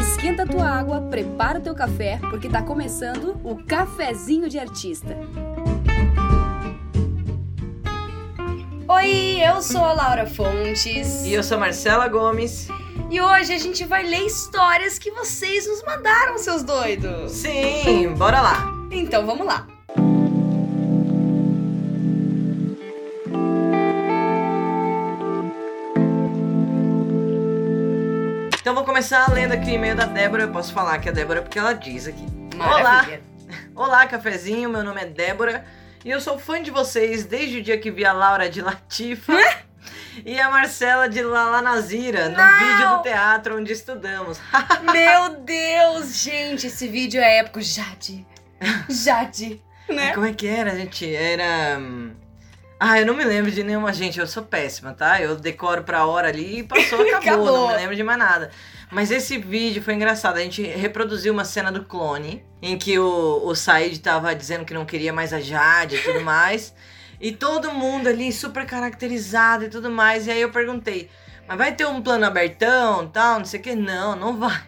esquenta a tua água, prepara o teu café, porque tá começando o Cafezinho de Artista. Oi, eu sou a Laura Fontes. E eu sou Marcela Gomes. E hoje a gente vai ler histórias que vocês nos mandaram, seus doidos. Sim, bora lá. Então vamos lá. Então vou começar lendo aqui o e-mail da Débora. Eu posso falar que é Débora porque ela diz aqui. Maravilha. Olá, olá, cafezinho. Meu nome é Débora e eu sou fã de vocês desde o dia que vi a Laura de Latifa. E a Marcela de Lala Nazira, no Não! vídeo do teatro onde estudamos. Meu Deus, gente, esse vídeo é épico. Jade. Jade. Né? Como é que era, gente? Era. hum, Ah, eu não me lembro de nenhuma. Gente, eu sou péssima, tá? Eu decoro pra hora ali e passou, acabou, Acabou. Não me lembro de mais nada. Mas esse vídeo foi engraçado. A gente reproduziu uma cena do clone em que o, o Said tava dizendo que não queria mais a Jade e tudo mais. E todo mundo ali super caracterizado e tudo mais. E aí eu perguntei, mas vai ter um plano abertão tal, não sei o que? Não, não vai.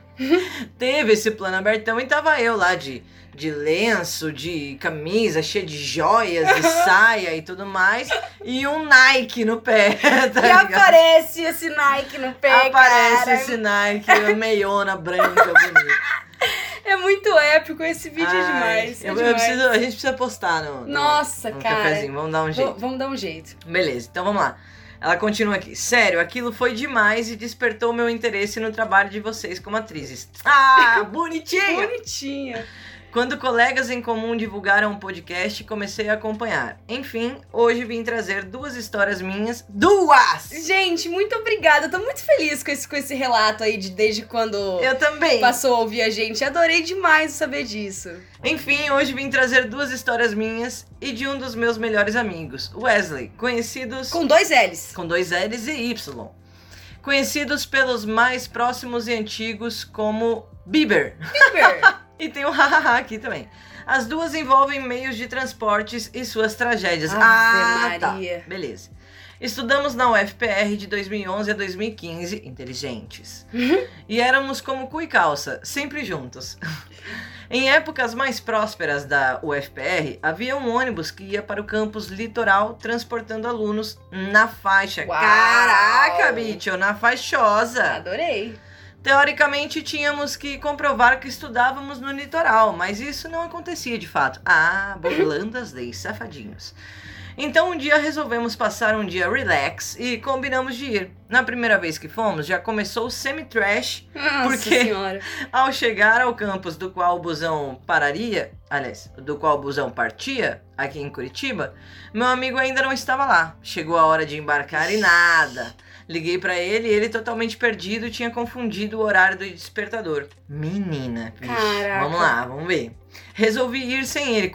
Teve esse plano abertão e tava eu lá de de lenço, de camisa cheia de joias e saia e tudo mais, e um Nike no pé. Tá E ligado? aparece esse Nike no pé, Aparece cara. esse Nike, uma meiona branca bonita. É muito épico, esse vídeo é Ai, demais. é eu- eu demais. preciso- a gente precisa postar no, no, Nossa, no cara. cafezinho, vamos dar um jeito. Vamos- Vamos dar um jeito. Beleza, então vamos lá. Ela continua aqui. Sério, aquilo foi demais e despertou meu interesse no trabalho de vocês como atrizes. Ah, bonitinho! Bonitinha. Quando colegas em comum divulgaram o podcast, comecei a acompanhar. Enfim, hoje vim trazer duas histórias minhas. Duas! Gente, muito obrigada. Eu tô muito feliz com esse, com esse relato aí de desde quando Eu também. passou a ouvir a gente. Adorei demais saber disso. Enfim, hoje vim trazer duas histórias minhas e de um dos meus melhores amigos, Wesley, conhecidos Com dois L's. com dois L's e Y. Conhecidos pelos mais próximos e antigos como Bieber. Super. E tem o hahaha aqui também. As duas envolvem meios de transportes e suas tragédias. Ave ah, tá. Maria. Beleza. Estudamos na UFPR de 2011 a 2015, inteligentes. Uhum. e éramos como cu e calça, sempre juntos. em épocas mais prósperas da UFPR, havia um ônibus que ia para o campus litoral transportando alunos na faixa. Uau! Tá Caraca, bicho, na faixosa. Adorei. Teoricamente, tínhamos que comprovar que estudávamos no litoral, mas isso não acontecia de fato. Ah, burlando as leis, safadinhos. Então, um dia resolvemos passar um dia relax e combinamos de ir. Na primeira vez que fomos, já começou o semi-trash Nossa quê? senhora. ao chegar ao campus do qual o busão pararia, aliás, do qual o busão partia, aqui em Curitiba, meu amigo ainda não estava lá. Chegou a hora de embarcar e nada. Liguei pra ele e ele totalmente perdido tinha confundido o horário do despertador. Menina, vixe, Caraca. vamos lá, vamos ver. Resolvi ir sem ele,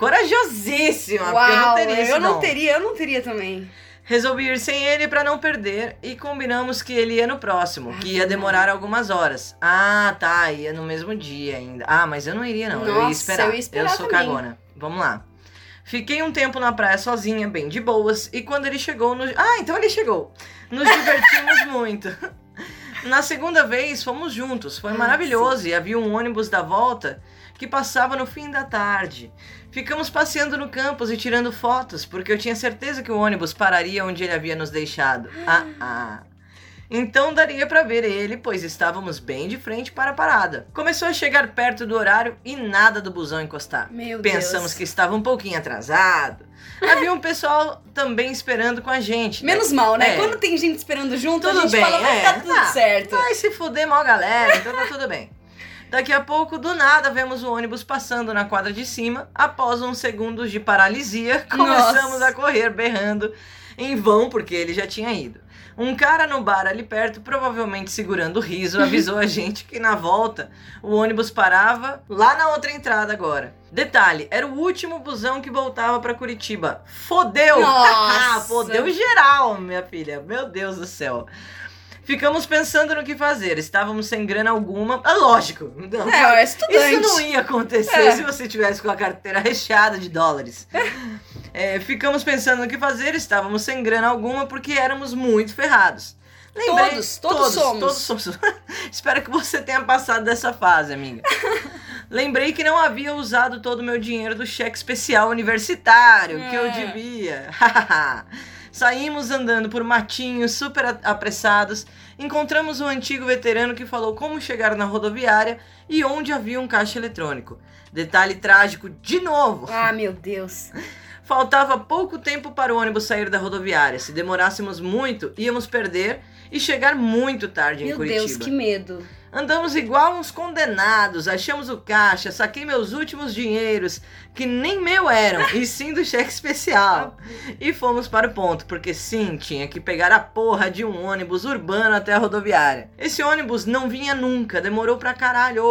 corajosíssima, porque eu não Uau, teria esse eu não dom. teria, eu não teria também. Resolvi ir sem ele pra não perder e combinamos que ele ia no próximo, que ia Ah. demorar algumas horas. Ah, tá, ia no mesmo dia ainda. Ah, mas eu não iria não, eu Nossa, ia esperar. eu ia esperar sou também. cagona. Vamos lá. Fiquei um tempo na praia sozinha, bem de boas, e quando ele chegou no Ah, então ele chegou. Nos divertimos muito. Na segunda vez fomos juntos, foi Ah, maravilhoso e havia um ônibus da volta que passava no fim da tarde. Ficamos passeando no campus e tirando fotos, porque eu tinha certeza que o ônibus pararia onde ele havia nos deixado. Ah, ah. Então daria pra ver ele, pois estávamos bem de frente para a parada. Começou a chegar perto do horário e nada do busão encostar. Meu Pensamos que Deus. estava um pouquinho atrasado. Havia um pessoal também esperando com a gente. né? Menos mal, né? É. Quando tem gente esperando junto, Tudo a gente bem, fala, vai é. dar tudo Ah, certo. Vai se fuder, mal galera, então tá tudo bem. Daqui a pouco, do nada, vemos o ônibus passando na quadra de cima. Após uns segundos de paralisia, começamos Nossa. a correr berrando em vão, porque ele já tinha ido. Um cara no bar ali perto, provavelmente segurando o riso, avisou a gente que na volta o ônibus parava lá na outra entrada agora. Detalhe, era o último busão que voltava pra Curitiba. Fodeu! Ah, Nossa. pô, deu geral, minha filha. Meu Deus do céu. Ficamos pensando no que fazer. Estávamos sem grana alguma. Ah, lógico. Não, É, eu cara, era estudante. isso não ia acontecer É. se você tivesse com a carteira recheada de dólares. É, ficamos pensando no que fazer. Estávamos sem grana alguma porque éramos muito ferrados. Lembrei- Todos, todos somos. Todos somos. Espero que você tenha passado dessa fase, amiga. Lembrei que não havia usado todo o meu dinheiro do cheque especial universitário, que eu É. devia. Saímos andando por matinhos, super a- apressados. Encontramos um antigo veterano que falou como chegar na rodoviária e onde havia um caixa eletrônico. Detalhe trágico de novo. Ah, meu Deus. Faltava pouco tempo para o ônibus sair da rodoviária. Se demorássemos muito, íamos perder e chegar muito tarde em Meu Curitiba. Deus, que medo. Andamos igual uns condenados, achamos o caixa, saquei meus últimos dinheiros, que nem meu eram, e sim do cheque especial. E fomos para o ponto, porque sim, tinha que pegar a porra de um ônibus urbano até a rodoviária. Esse ônibus não vinha nunca, demorou pra caralho.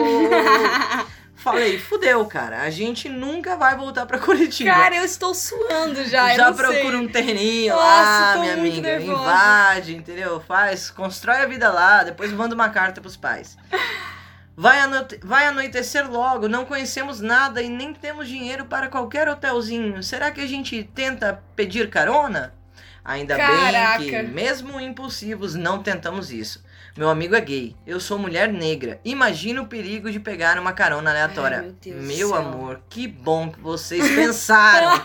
Falei, fudeu, cara, a gente nunca vai voltar pra Curitiba. Cara, eu estou suando já. eu Já não sei. procura um terninho Nossa, lá, tô minha muito amiga. nervosa. Invade, entendeu? Faz, constrói a vida lá, depois manda uma carta pros pais. Vai, anoite- vai anoitecer logo, não conhecemos nada e nem temos dinheiro para qualquer hotelzinho. Será que a gente tenta pedir carona? Ainda bem que, Caraca. mesmo impulsivos, não tentamos isso. Meu amigo é gay, eu sou mulher negra. Imagina o perigo de pegar uma carona aleatória. Ai, meu Deus do meu céu. amor, que bom que vocês pensaram.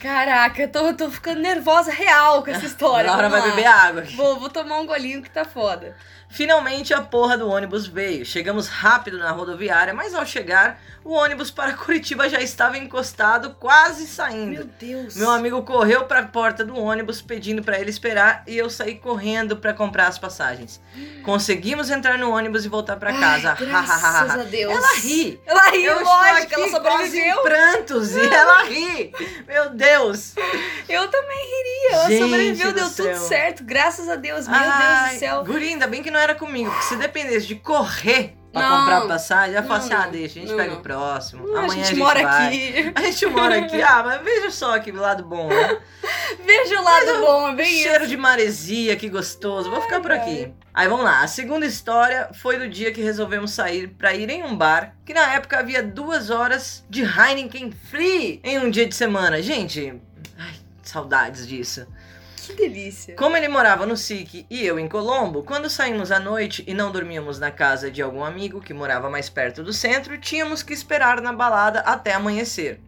Caraca, eu tô, eu tô ficando nervosa real com essa história. Ah, Laura Vamos vai lá. beber água. aqui. Vou, vou tomar um golinho que tá foda. Finalmente a porra do ônibus veio. Chegamos rápido na rodoviária, mas ao chegar, o ônibus para Curitiba já estava encostado, quase Meu saindo. Deus. Meu amigo correu para a porta do ônibus pedindo para ele esperar e eu saí correndo para comprar as passagens. Conseguimos entrar no ônibus e voltar para Ai, casa. graças a Deus. Ela ri. Ela riu, eu estou lógico, ela aqui quase em sobreviveu. prantos e ela ri. Meu Deus. Eu também riria. Ela Gente sobreviveu, do deu tudo céu. certo. Graças a Deus, meu Deus Ai, do céu. Guri, ainda bem que não era comigo, porque se dependesse de correr pra Não. comprar passagem, eu ia falar Não, assim: ah, não. deixa, a gente Não, pega não. o próximo. Ah, Amanhã a gente mora vai. aqui. A gente mora aqui. Ah, mas veja só que lado bom, né? Veja o lado bom, é bem Cheiro de maresia, que gostoso. Vou ficar por aqui. Aí vamos lá. A segunda história foi do dia que resolvemos sair pra ir em um bar, que na época havia duas horas de Heineken Free em um dia de semana. Gente, ai, saudades disso. isso. Que delícia. Como ele morava no SIC e eu em Colombo, quando saímos à noite e não dormíamos na casa de algum amigo que morava mais perto do centro, tínhamos que esperar na balada até amanhecer.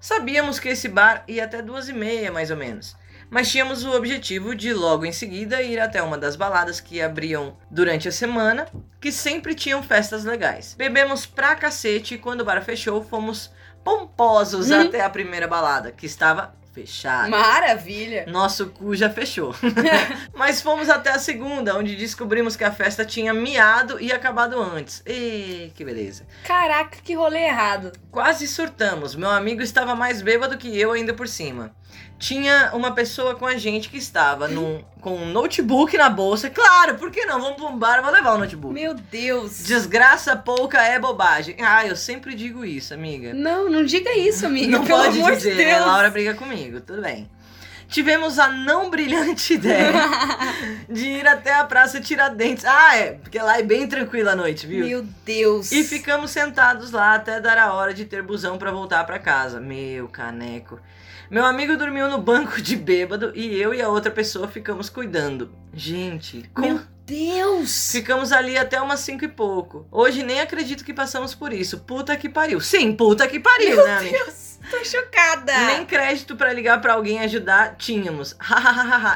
Sabíamos que esse bar ia até duas e meia, mais ou menos, mas tínhamos o objetivo de logo em seguida ir até uma das baladas que abriam durante a semana, que sempre tinham festas legais. Bebemos pra cacete e quando o bar fechou, fomos pomposos Hum. até a primeira balada, que estava fechada. Maravilha. Nosso cu já fechou. Mas fomos até a segunda, onde descobrimos que a festa tinha miado e acabado antes. E que beleza. Caraca, que rolê errado. Quase surtamos. Meu amigo estava mais bêbado que eu ainda por cima. Tinha uma pessoa com a gente que estava num- com um notebook na bolsa. Claro, por que não? Vamos pra um bar, vou levar o notebook. Meu Deus. Desgraça pouca é bobagem. Ah, eu sempre digo isso, amiga. Não, não diga isso, amiga. Não pelo pode amor dizer, de né? Deus. Laura briga comigo, tudo bem. Tivemos a não brilhante ideia de ir até a Praça Tiradentes. Ah, é, porque lá é bem tranquila a noite, viu? Meu Deus. E ficamos sentados lá até dar a hora de ter busão pra voltar pra casa. Meu caneco. Meu amigo dormiu no banco de bêbado e eu e a outra pessoa ficamos cuidando. Gente, com Meu Deus. Ficamos ali até umas 5 e pouco. Hoje nem acredito que passamos por isso. Puta que pariu. Sim, puta que pariu, né, amiga? Deus, tô chocada. Nem crédito pra ligar pra alguém ajudar tínhamos.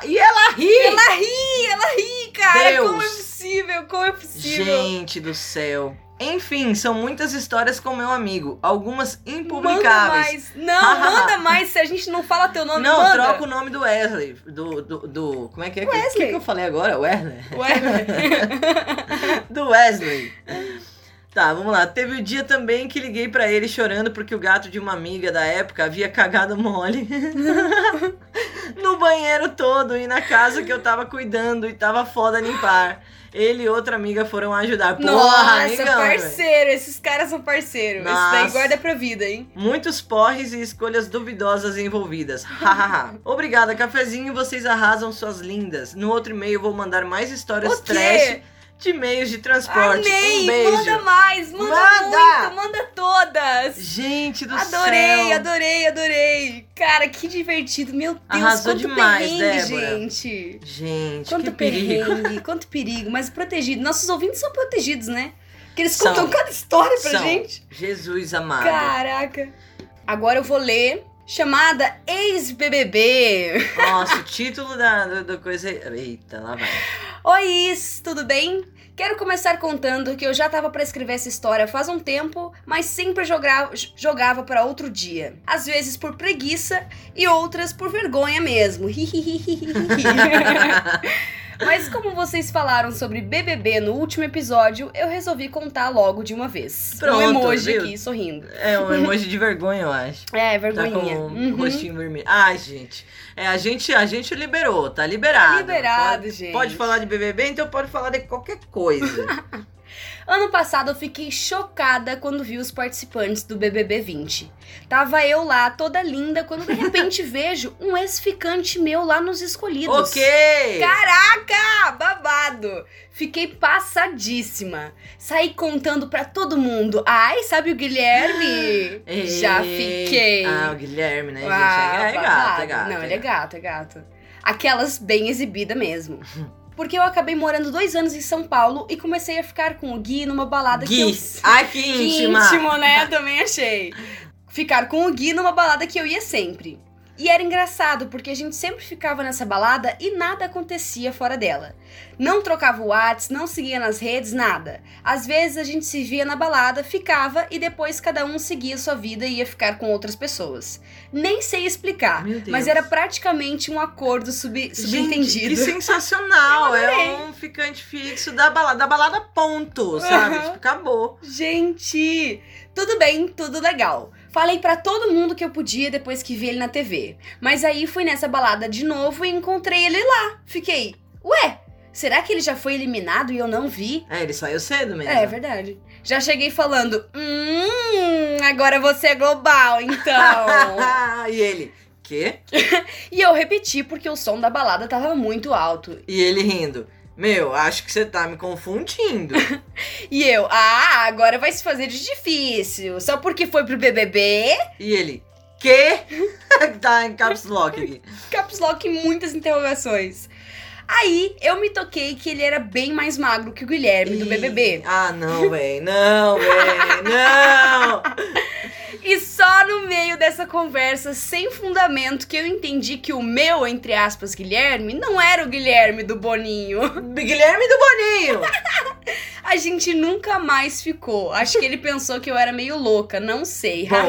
e ela ri! Ela ri, ela ri, cara. Deus. Como é possível? Como é possível? Gente do céu. Enfim, são muitas histórias com meu amigo, algumas Manda impublicáveis. mais. Não, manda mais. Se a gente não fala teu nome, Não, manda. troca o nome do Wesley. Do. do, do- como é que é? que- Wesley. que, que eu falei agora? Wesley? Ué. Do Wesley. Tá, vamos lá. Teve o dia também que liguei pra ele chorando porque o gato de uma amiga da época havia cagado mole no banheiro todo e na casa que eu tava cuidando e tava foda limpar. Ele e outra amiga foram ajudar. Porra, Nossa, amigão, velho. parceiro. Esses caras são parceiros. Isso daí Nossa. guarda pra vida, hein? Muitos porres e escolhas duvidosas envolvidas. Hahaha. Obrigada, cafezinho, vocês arrasam suas lindas. No outro e-mail vou mandar mais histórias O quê? trash de meios de transporte. Amei! um beijo. Manda mais! Manda, Manda! muito! Manda todas! Gente do adorei, céu. adorei, adorei! Cara, que divertido! Meu Deus, Arrasou quanto demais, perrengue, Débora. gente! Gente, Quanto que é perigo. perrengue, quanto perigo, mas protegido. Nossos ouvintes são protegidos, né? Porque eles São. contam cada história pra São. Ah. gente. Jesus amado. Caraca. Agora eu vou ler chamada ex-BBB. Nossa, o título da, da, da coisa. é- Eita, lá vai. Oi, Is, tudo bem? Quero começar contando que eu já tava pra escrever essa história faz um tempo, mas sempre jogava, jogava para outro dia. Às vezes por preguiça e outras por vergonha mesmo. mas como vocês falaram sobre BBB no último episódio, eu resolvi contar logo de uma vez. Pronto, um emoji viu? aqui sorrindo. É um emoji de vergonha, eu acho. É, Tá com vergonhinha. o Uhum. rostinho vermelho. Ai, gente. É, a gente, a gente liberou, tá liberado. Tá liberado, pode, gente. Pode falar de BBB, então pode falar de qualquer coisa. Ano passado eu fiquei chocada quando vi os participantes do BBB 20. Tava eu lá, toda linda, quando de repente vejo um ex-ficante meu lá nos escolhidos. ok! Caraca, babado! Fiquei passadíssima. Saí contando pra todo mundo. Ai, sabe o Guilherme? Ei. Já fiquei. Ah, o Guilherme, né, gente? Ah, É, é gato, é babado. gato. Não, é ele é gato. gato, é gato. Aquelas bem exibida mesmo. Porque eu acabei morando dois anos em São Paulo e comecei a ficar com o Gui numa balada que eu Gui. Ai, que Que íntima. íntimo, né? Também achei. Ficar com o Gui numa balada que eu ia sempre. E era engraçado, porque a gente sempre ficava nessa balada e nada acontecia fora dela. Não trocava o Whats, não seguia nas redes, nada. Às vezes a gente se via na balada, ficava e depois cada um seguia sua vida e ia ficar com outras pessoas. Nem sei explicar, Meu Deus. mas era praticamente um acordo sub- Gente, subentendido. que sensacional! Eu adorei. É um ficante fixo da balada, da balada ponto, sabe? Aham. Tipo, acabou. Gente, tudo bem, tudo legal. Falei pra todo mundo que eu podia depois que vi ele na TV. Mas aí fui nessa balada de novo e encontrei ele lá. Fiquei, ué, será que ele já foi eliminado e eu não vi? É, ele saiu cedo mesmo. É verdade. Já cheguei falando, hum, agora você é global, então. e ele, quê? e eu repeti porque o som da balada tava muito alto. E ele rindo. Meu, acho que você tá me confundindo. E eu, ah, agora vai se fazer de difícil. Só porque foi pro BBB? E ele, quê? tá em caps lock aqui. Caps Lock e muitas interrogações. Aí eu me toquei que ele era bem mais magro que o Guilherme É do Ih, BBB. Ah, não, véi. Não, véi. Não. E só no meio dessa conversa sem fundamento que eu entendi que o meu, entre aspas, Guilherme, não era o Guilherme do Boninho. Guilherme do Boninho. Tá A gente nunca mais ficou. Acho que ele pensou que eu era meio louca, não sei. Bom.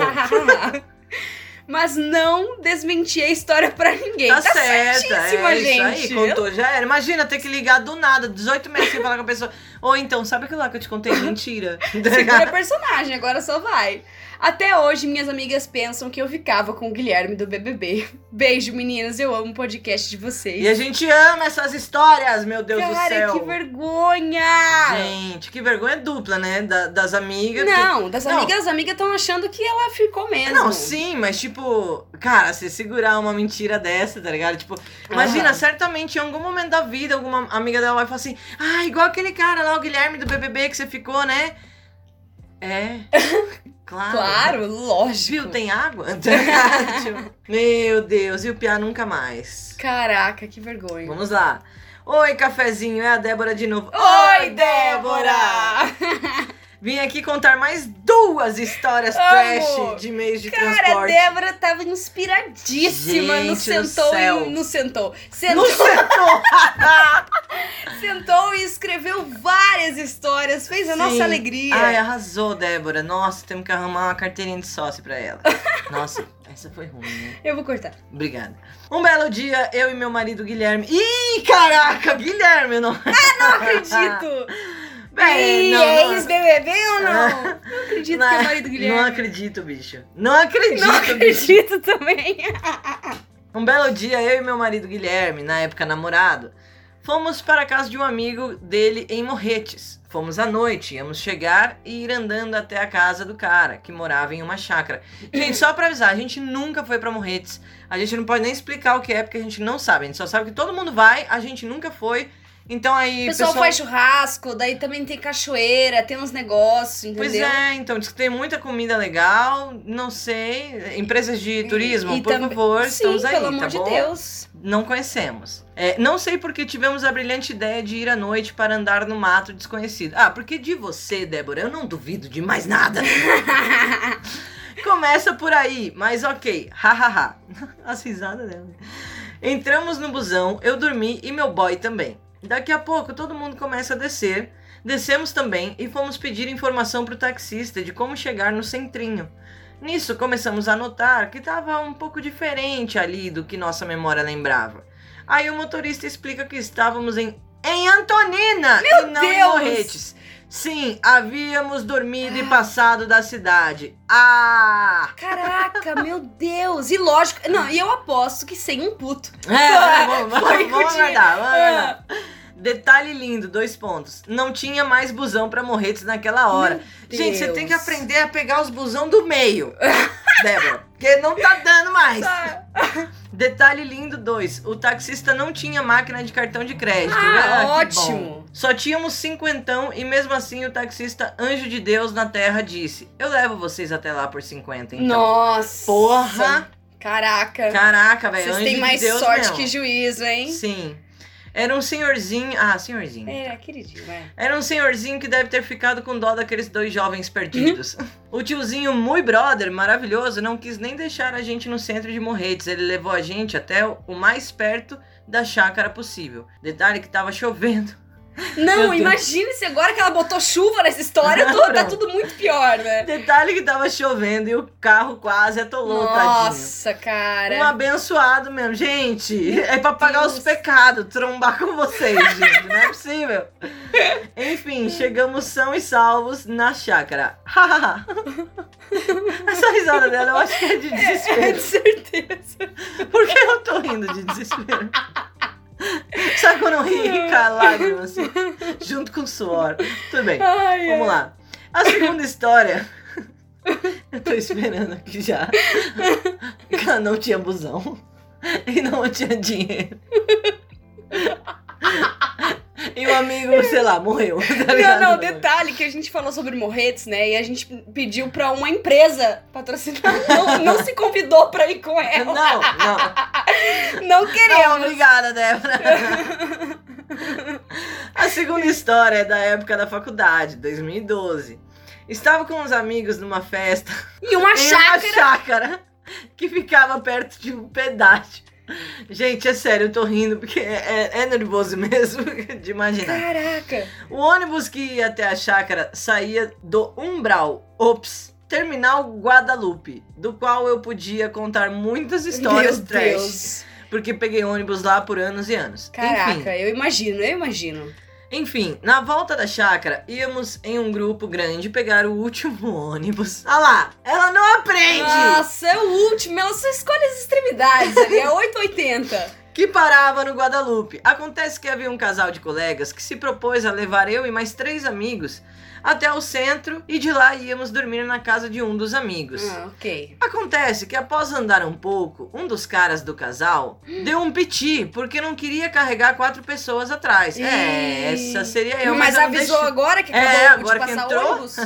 Mas não desmenti a história pra ninguém. Tá, certíssima, é gente. isso aí, contou, já era. Imagina ter que ligar do nada, 18 meses sem falar com a pessoa. Ou então, sabe aquilo lá que eu te contei? Mentira. Segura a personagem, agora só vai. Até hoje, minhas amigas pensam que eu ficava com o Guilherme do BBB. Beijo, meninas, eu amo o podcast de vocês. e a gente ama essas histórias, meu Deus do Cara, céu. que vergonha! Gente, que vergonha dupla, né? Da- das amigas. que- Não, das Não. amigas, as amigas estão achando que ela ficou mesmo. Não, sim, mas tipo, cara, você segurar uma mentira dessa, tá ligado? Tipo, imagina, Aham. certamente em algum momento da vida, alguma amiga dela vai falar assim: ah, igual aquele cara lá, o Guilherme do BBB que você ficou, né? É. Claro. Claro, lógico. Viu, tem água? Tipo, Meu Deus, e o Piá nunca mais. Caraca, que vergonha. Vamos lá. Oi, cafezinho, é a Débora de novo. Vim aqui contar mais duas histórias Amo! trash de meios de Cara, a transporte. Débora tava inspiradíssima no Gente do sentou céu. e no sentou. No Sentou setor! sentou e escreveu várias histórias, fez a Sim. Ah, é. nossa alegria. Ai, arrasou, Débora. Nossa, temos que arrumar uma carteirinha de sócio pra ela. Nossa, essa foi ruim, né? Eu vou cortar. Obrigada. Um belo dia, eu e meu marido Guilherme. Ih, caraca, Guilherme, não. Não acredito! Ah, Bem, Ih, não, é não. Ah. ex-BBB ou não? Não acredito que é o marido do Guilherme. Não acredito, bicho. Não acredito, Não bicho. acredito também. Um belo dia, eu e meu marido Guilherme, na época namorado, fomos para a casa de um amigo dele em Morretes. Fomos à noite, íamos chegar e ir andando até a casa do cara, que morava em uma chácara. Gente, só pra avisar, a gente nunca foi pra Morretes. A gente não pode nem explicar o que é, porque a gente não sabe. A gente só sabe que todo mundo vai, a gente nunca foi. Então aí. O pessoal, faz churrasco, daí também tem cachoeira, tem uns negócios, entendeu? Pois é, então, diz que tem muita comida legal, não sei. Empresas de turismo, E por também- favor, Sim, estamos aí, pelo tá amor de bom? Deus. Não conhecemos. É, não sei porque tivemos a brilhante ideia de ir à noite para andar no mato desconhecido. Ah, porque de você, Débora, eu não duvido de mais nada. Começa por aí, mas ok. Hahaha. As risadas dela. Entramos no busão, eu dormi e meu boy também. Daqui a pouco todo mundo começa a descer. Descemos também e fomos pedir informação pro taxista de como chegar no centrinho. Nisso começamos a notar que estava um pouco diferente ali do que nossa memória lembrava. Aí o motorista explica que estávamos em, em Antonina e não em Deus! Morretes. Sim, havíamos dormido e passado da cidade. Ah! Caraca, meu Deus. E lógico. Não, e eu aposto que sem um puto. É, vamos, vamos, Foi vamos, com dinheiro. aguardar, vamos É. aguardar. Detalhe lindo, dois pontos. Não tinha mais busão pra morretes naquela hora. Ah, Meu Gente, você Deus. tem que aprender a pegar os busão do meio, Débora. Porque não tá dando mais. Ah, Detalhe lindo, dois. O taxista não tinha máquina de cartão de ah, crédito. Ah, que bom. ótimo. Só tínhamos cinquentão e mesmo assim o taxista anjo de Deus na terra disse: Eu levo vocês até lá por 50, então. Nossa. Porra! Caraca. Caraca, velho. Vocês anjo têm de mais Deus sorte mesmo. que juízo, hein? Sim. Era um senhorzinho. Ah, senhorzinho. É, queridinho, vai. Era um senhorzinho que deve ter ficado com dó daqueles dois jovens perdidos. Uhum. o tiozinho muito brother, maravilhoso, não quis nem deixar a gente no centro de Morretes. Ele levou a gente até o o mais perto da chácara possível. Detalhe que tava chovendo. Meu Não, Deus. imagine se agora que ela botou chuva nessa história, tô- tá Não. tudo muito pior, né? Detalhe que tava chovendo e o carro quase atolou, tadinho. Nossa, cara. Um abençoado mesmo. Gente, é pra pagar Deus. os pecados, trombar com vocês, gente. Não é possível. Enfim, chegamos são e salvos na chácara. Essa risada dela eu acho que é de É, de desespero. certeza. Por que eu tô rindo de desespero? Sabe quando eu ri com a lágrima assim? Junto com o suor. Tudo bem. Ai, Vamos lá. A segunda história. Eu tô esperando aqui já. Que Ela não tinha busão. E não tinha dinheiro. E o amigo, sei lá, morreu. tá ligado? Não, não, detalhe que a gente falou sobre morretes, né? E a gente pediu pra uma empresa patrocinar. Não, não se convidou pra ir com Não, ela. não. Não Não, queremos. obrigada, Débora. A segunda história é da época da faculdade, 2012. Estava com uns amigos numa festa E uma em uma chácara. chácara que ficava perto de um pedágio. Gente, é sério, eu tô rindo porque é, é- é nervoso mesmo de imaginar. Caraca. O ônibus que ia até a chácara saía do Umbral, ops, Terminal Guadalupe, do qual eu podia contar muitas histórias Meu trash, Deus. porque peguei ônibus lá por anos e anos. Enfim, Caraca, eu imagino, eu imagino. enfim, na volta da chácara, íamos em um grupo grande pegar o último ônibus. Ah lá, ela não aprende! Nossa, é o último. Ela só escolhe as extremidades ali. É 880. que parava no Guadalupe. Acontece que havia um casal de colegas que se propôs a levar eu e mais três amigos até o centro e de lá íamos dormir na casa de um dos amigos. Ah, ok. Acontece que após andar um pouco, um dos caras do casal deu um piti porque não queria carregar quatro pessoas atrás. Ih. É, essa seria eu. mas eu não avisou deixei- agora que É, acabou agora de que passar entrou. ônibus?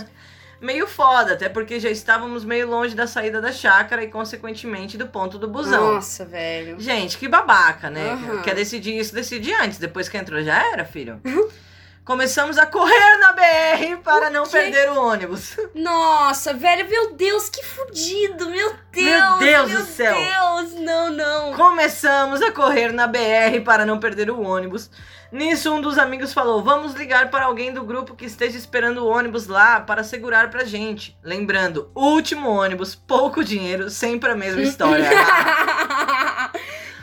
Meio foda, até porque já estávamos meio longe da saída da chácara e, consequentemente, do ponto do busão. Nossa, velho. Gente, que babaca, né? Aham. Quer decidir isso, decide antes. Depois que entrou, já era, filho. Começamos a correr na BR para não quê? perder o ônibus. Nossa, velho, meu Deus, que fudido, meu Deus. Meu Deus do céu. Meu Deus, não, não. Começamos a correr na BR para não perder o ônibus. Nisso, um dos amigos falou: Vamos ligar para alguém do grupo que esteja esperando o ônibus lá para segurar pra gente. Lembrando: último ônibus, pouco dinheiro, sempre a mesma história.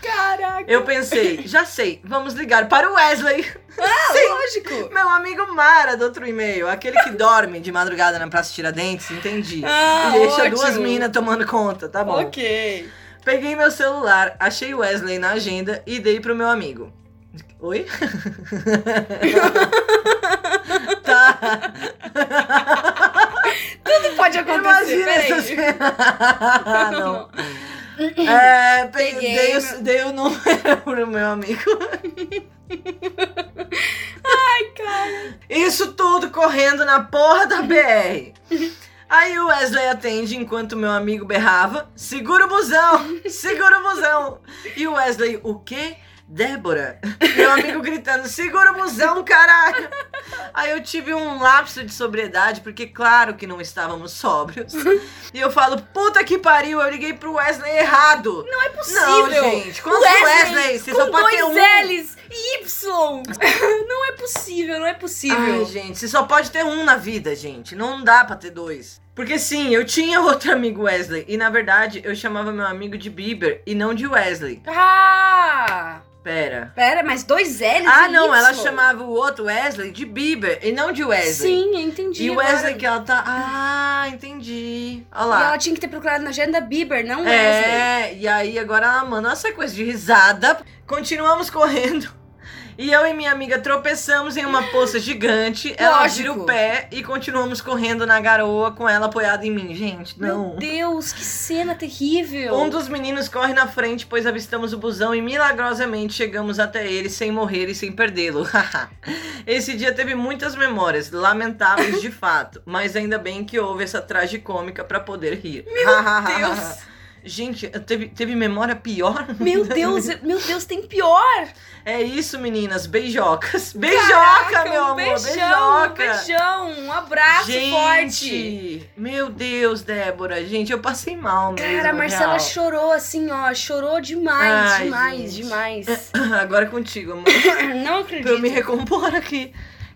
Caraca, Eu pensei: Já sei, vamos ligar para o Wesley. tá, lógico. Meu amigo Mara, do outro e-mail, aquele que dorme de madrugada na Praça Tiradentes, entendi. Ah, e deixa ótimo. duas minas tomando conta, tá bom. Ok. Peguei meu celular, achei o Wesley na agenda e dei pro meu amigo. Oi? tá. Tudo pode acontecer, Imagina peraí. é essa cena. Ah, não. É, Peguei peguei, dei, o- meu- dei o número pro meu amigo. Isso tudo correndo na porra da BR. Aí o Wesley atende enquanto meu amigo berrava: segura o busão, segura o busão. E o Wesley, o quê? Débora, meu amigo gritando, segura o busão, caralho! Aí eu tive um lapso de sobriedade, porque claro que não estávamos sóbrios. E eu falo, puta que pariu, eu liguei pro Wesley errado. Não é possível. Não, gente, quanto Wesley, você com só dois pode ter um. L's e Y. não é possível, não é possível. Ai, gente, você só pode ter um na vida, gente. Não dá pra ter dois. Porque sim, eu tinha outro amigo Wesley. E na verdade, eu chamava meu amigo de Bieber e não de Wesley. Ah! Pera. Pera, mas é dois L's Ah, e não, Y. ela chamava o outro Wesley de Bieber e não de Wesley. Sim, eu entendi E o agora. Wesley que ela tá. Ah, entendi. Olha E lá. ela tinha que ter procurado na agenda Bieber, não Wesley. É, e aí agora ela manda uma sequência de risada. Continuamos correndo. E eu e minha amiga tropeçamos em uma poça gigante. Ela Lógico. gira o pé e continuamos correndo na garoa com ela apoiada em mim. Gente, não. Meu Deus, que cena terrível. Um dos meninos corre na frente, pois avistamos o busão e milagrosamente chegamos até ele sem morrer e sem perdê-lo. Esse dia teve muitas memórias, lamentáveis de fato, mas ainda bem que houve essa tragicômica pra poder rir. Ah. Meu Deus. Gente, teve, teve memória pior? Meu Deus, meu Deus, tem pior. É isso, meninas, beijocas. Beijoca, Caraca, meu um amor, beijão, beijoca. um beijão, um abraço Gente, forte. meu Deus, Débora, gente, eu passei mal mesmo. Cara, a Marcela real. chorou assim, ó, chorou demais, Ai, demais, gente. demais. Agora é contigo, amor. não pra eu me acredito. recompor aqui.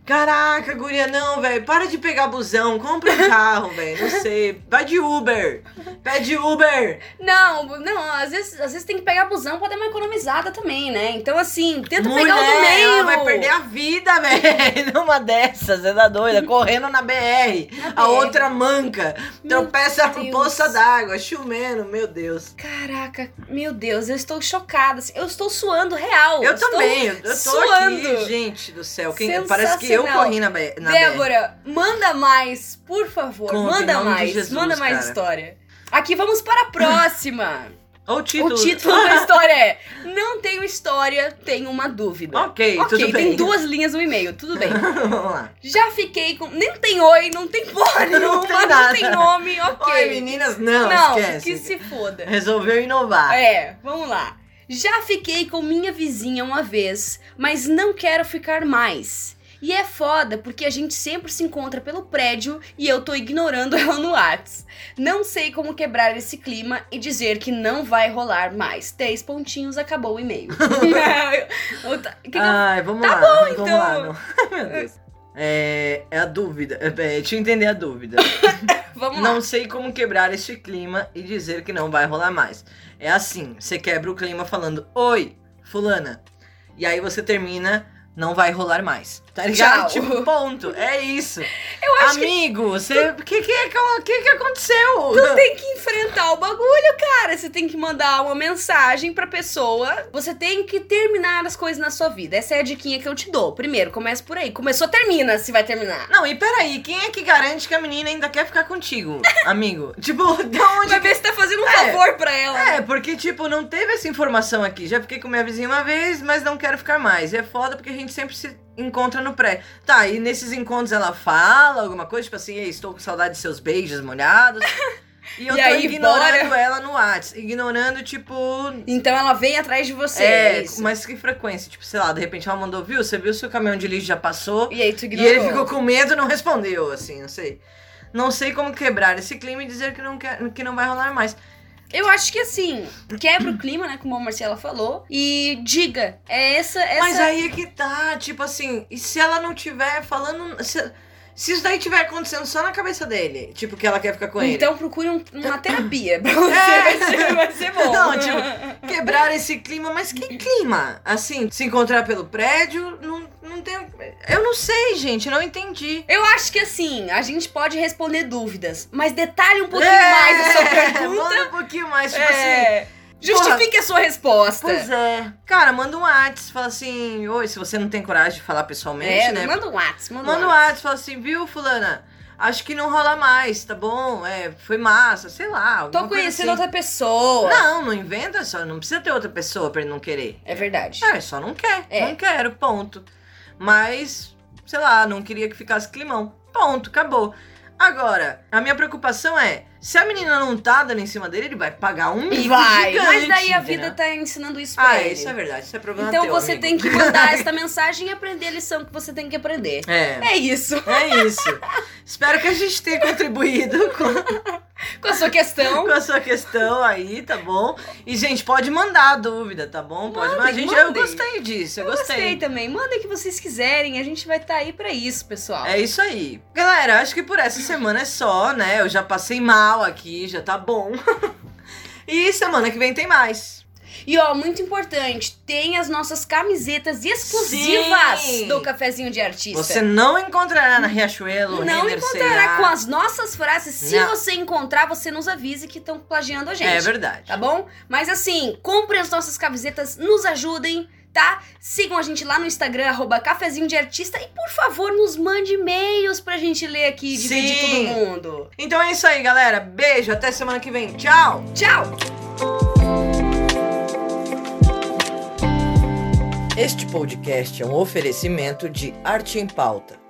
Caraca, guria, não, velho. Para de pegar busão, compra um carro, velho. Não sei. Vai de Uber. Pede Uber. Não, não, às vezes, às vezes tem que pegar busão pra dar uma economizada também, né? Então, assim, tenta pegar o do meio. ela vai perder a vida, velho. Numa dessas, você tá doida? Correndo na BR. Na A BR. outra manca. É. Meu tropeça Deus. na poça d'água, chumendo, meu Deus. Caraca, meu Deus, eu estou chocada. assim, Eu estou suando real. Eu estou- também, eu tô suando. aqui, gente do céu. Quem, parece que eu Sensacional. corri na, B- na BR. Débora, manda mais, por favor. Conta, em manda nome de mais, Jesus, manda mais cara. história. Aqui, vamos para a próxima. Ou o o título. título da história é Não tenho história, tenho uma dúvida. ok, tudo bem. tem duas linhas no e-mail, tudo bem. Vamos lá. Já fiquei com... Nem tem oi, não tem porra Não nenhuma, tem não nada. tem nome, ok. Oi, meninas, não, esquece. Ah. que se foda. Resolveu inovar. É, vamos lá. Já fiquei com minha vizinha uma vez, mas não quero ficar mais. E é foda porque a gente sempre se encontra pelo prédio e eu tô ignorando ela no Whats. Não sei como quebrar esse clima e dizer que não vai rolar mais. Três pontinhos, acabou o e-mail. Eu tá- que que eu- Ai, vamos Tá lá. bom, vamos então. lá, não. Meu Deus. É, é a dúvida. É, é, deixa eu entender a dúvida. vamos lá. não sei como quebrar este clima e dizer que não vai rolar mais. É assim, você quebra o clima falando, oi, fulana. E aí você termina, não vai rolar mais. Tá ligado? Tchau. Tipo, ponto. É isso. Eu acho Amigo, você. O que, que, que, que aconteceu? Tem que enfrentar o bagulho, cara. Você tem que mandar uma mensagem pra pessoa. Você tem que terminar as coisas na sua vida. Essa é a diquinha que eu te dou. Primeiro, começa por aí. Começou, termina se vai terminar. Não, e peraí, quem é que garante que a menina ainda quer ficar contigo, amigo? tipo, de onde Vai ver se tá fazendo um É. favor pra ela. É, porque, tipo, não teve essa informação aqui. Já fiquei com minha vizinha uma vez, mas não quero ficar mais. E é foda porque a gente sempre se encontra no pré. Tá, e nesses encontros ela fala alguma coisa, tipo assim, "Ei, estou com saudade de seus beijos molhados. E eu E tô aí, ignorando ela no Whats. Ignorando, tipo. Então ela vem atrás de você. é, é isso. mas que frequência? Tipo, sei lá, de repente ela mandou, viu? Você viu se o caminhão de lixo já passou? E aí tu E ignorou. ele ficou com medo e não respondeu, assim, não sei. Não sei como quebrar esse clima e dizer que não, quer, que não vai rolar mais. Eu acho que assim, quebra o clima, né? Como a Marcela falou. E diga, é essa. essa... Mas aí é que tá, tipo assim, e se ela não tiver falando. Se, se isso daí tiver acontecendo só na cabeça dele, tipo, que ela quer ficar com então procure um- uma terapia pra você. É. Vai, ser, vai ser bom. Não, tipo, ele. Quebrar esse clima, mas que clima? Assim, se encontrar pelo prédio, não, não tem. Eu não sei, gente, não entendi. Eu acho que assim, a gente pode responder dúvidas, mas detalhe um pouquinho É, mais a sua pergunta. Manda um pouquinho mais, tipo assim. É, justifique a sua resposta. Pois é. Cara, manda um WhatsApp, fala assim, oi, se você não tem coragem de falar pessoalmente, É, né? manda um WhatsApp, manda, Manda um um WhatsApp. WhatsApp, fala assim, viu, fulana? Acho que não rola mais, tá bom? É, foi massa, sei lá. alguma Tô coisa conhecendo assim. outra pessoa. Não, não inventa só, não precisa ter outra pessoa pra ele não querer. É verdade. É, só não quer. É. Não quero, ponto. Mas sei lá, não queria que ficasse climão. Ponto, acabou. Agora, a minha preocupação é, se a menina não tá dando em cima dele, ele vai pagar um mico Vai. gigante. Mas daí a vida entendeu? tá ensinando isso pra Ah, ele. isso é verdade, isso é problema então teu, você amigo. tem que mandar esta mensagem e aprender a lição que você tem que aprender. É, É isso. é isso. Espero que a gente tenha contribuído com Com a sua questão. com a sua questão aí, tá bom? E, gente, pode mandar a dúvida, tá bom? Mandem, Pode mandar. Gente, eu mandem. gostei disso, eu, Gostei gostei. também. Mandem o que vocês quiserem. A gente vai estar aí pra isso, pessoal. É isso aí. Galera, acho que por essa semana é só, né? Eu já passei mal aqui, já tá bom. E semana que vem tem mais. E ó, muito importante, tem as nossas camisetas exclusivas Sim. do Cafezinho de Artista. Você não encontrará na Riachuelo, não Renner, sei encontrará lá. com as nossas frases. Se Não. você encontrar, você nos avise que estão plagiando a gente. É verdade. Tá bom? Mas assim, comprem as nossas camisetas, nos ajudem, tá? Sigam a gente lá no Instagram, arroba cafezinho de artista. E por favor, nos mande e-mails pra gente ler aqui e dividir Sim. todo mundo. Então é isso aí, galera. Beijo, até semana que vem. Tchau! Tchau! Este podcast é um oferecimento de Arte em Pauta.